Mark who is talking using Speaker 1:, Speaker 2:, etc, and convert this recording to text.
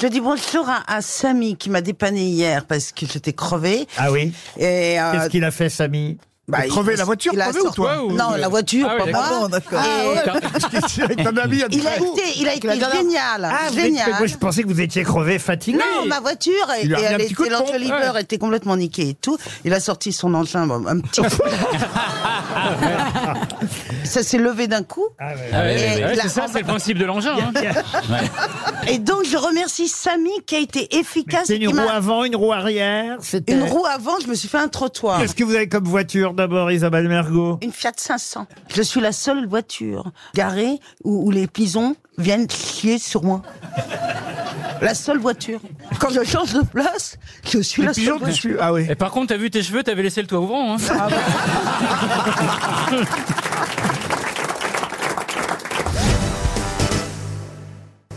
Speaker 1: Je dis bonjour à, à Samy qui m'a dépanné hier parce que j'étais crevée.
Speaker 2: Ah oui
Speaker 1: Et euh,
Speaker 2: Qu'est-ce qu'il a fait, Samy
Speaker 1: bah,
Speaker 3: crevé
Speaker 1: il-
Speaker 3: la voiture,
Speaker 1: il a
Speaker 3: crevé ou
Speaker 1: sorti-
Speaker 3: toi, ou-
Speaker 1: Non, la voiture, Ah,
Speaker 4: Ah oui,
Speaker 1: pas moi.
Speaker 4: d'accord.
Speaker 1: Et
Speaker 3: T'as bien mis à
Speaker 1: Il a
Speaker 3: distance.
Speaker 1: été, il a été
Speaker 3: dernière-
Speaker 1: génial,
Speaker 2: Ah, vous êtes-
Speaker 1: génial.
Speaker 2: moi, je pensais que vous étiez crevé, fatigué.
Speaker 1: Non, ma voiture, et,
Speaker 3: Il lui a
Speaker 1: et
Speaker 3: remis un
Speaker 1: elle
Speaker 3: petit coup
Speaker 1: était
Speaker 3: de pompe,
Speaker 1: l'entreliveur était complètement niqué et tout. Il a sorti son engin, bon, un petit coup. Ça s'est levé d'un coup.
Speaker 2: Ah, ouais.
Speaker 4: Ah ouais,
Speaker 1: Et
Speaker 4: ouais, ouais,
Speaker 1: la-
Speaker 4: c'est ça, c'est le principe de l'engin. hein.
Speaker 1: Et donc, je remercie Samy qui a été efficace.
Speaker 2: C'est
Speaker 1: et
Speaker 2: une
Speaker 1: qui
Speaker 2: roue
Speaker 1: m'a-
Speaker 2: avant, une roue arrière. C'était.
Speaker 1: une roue avant, je me suis fait un trottoir.
Speaker 2: Qu'est-ce que vous avez comme voiture d'abord, Isabelle Mergot
Speaker 1: Une Fiat 500. Je suis la seule voiture garée où, où les pisons viennent chier sur moi. La seule voiture. Quand je change de place, je suis
Speaker 3: Les
Speaker 1: la seule
Speaker 3: pigeons
Speaker 1: voiture.
Speaker 3: dessus. Ah oui.
Speaker 4: Et par contre, t'as vu tes cheveux, t'avais laissé le toit ouvrant. hein.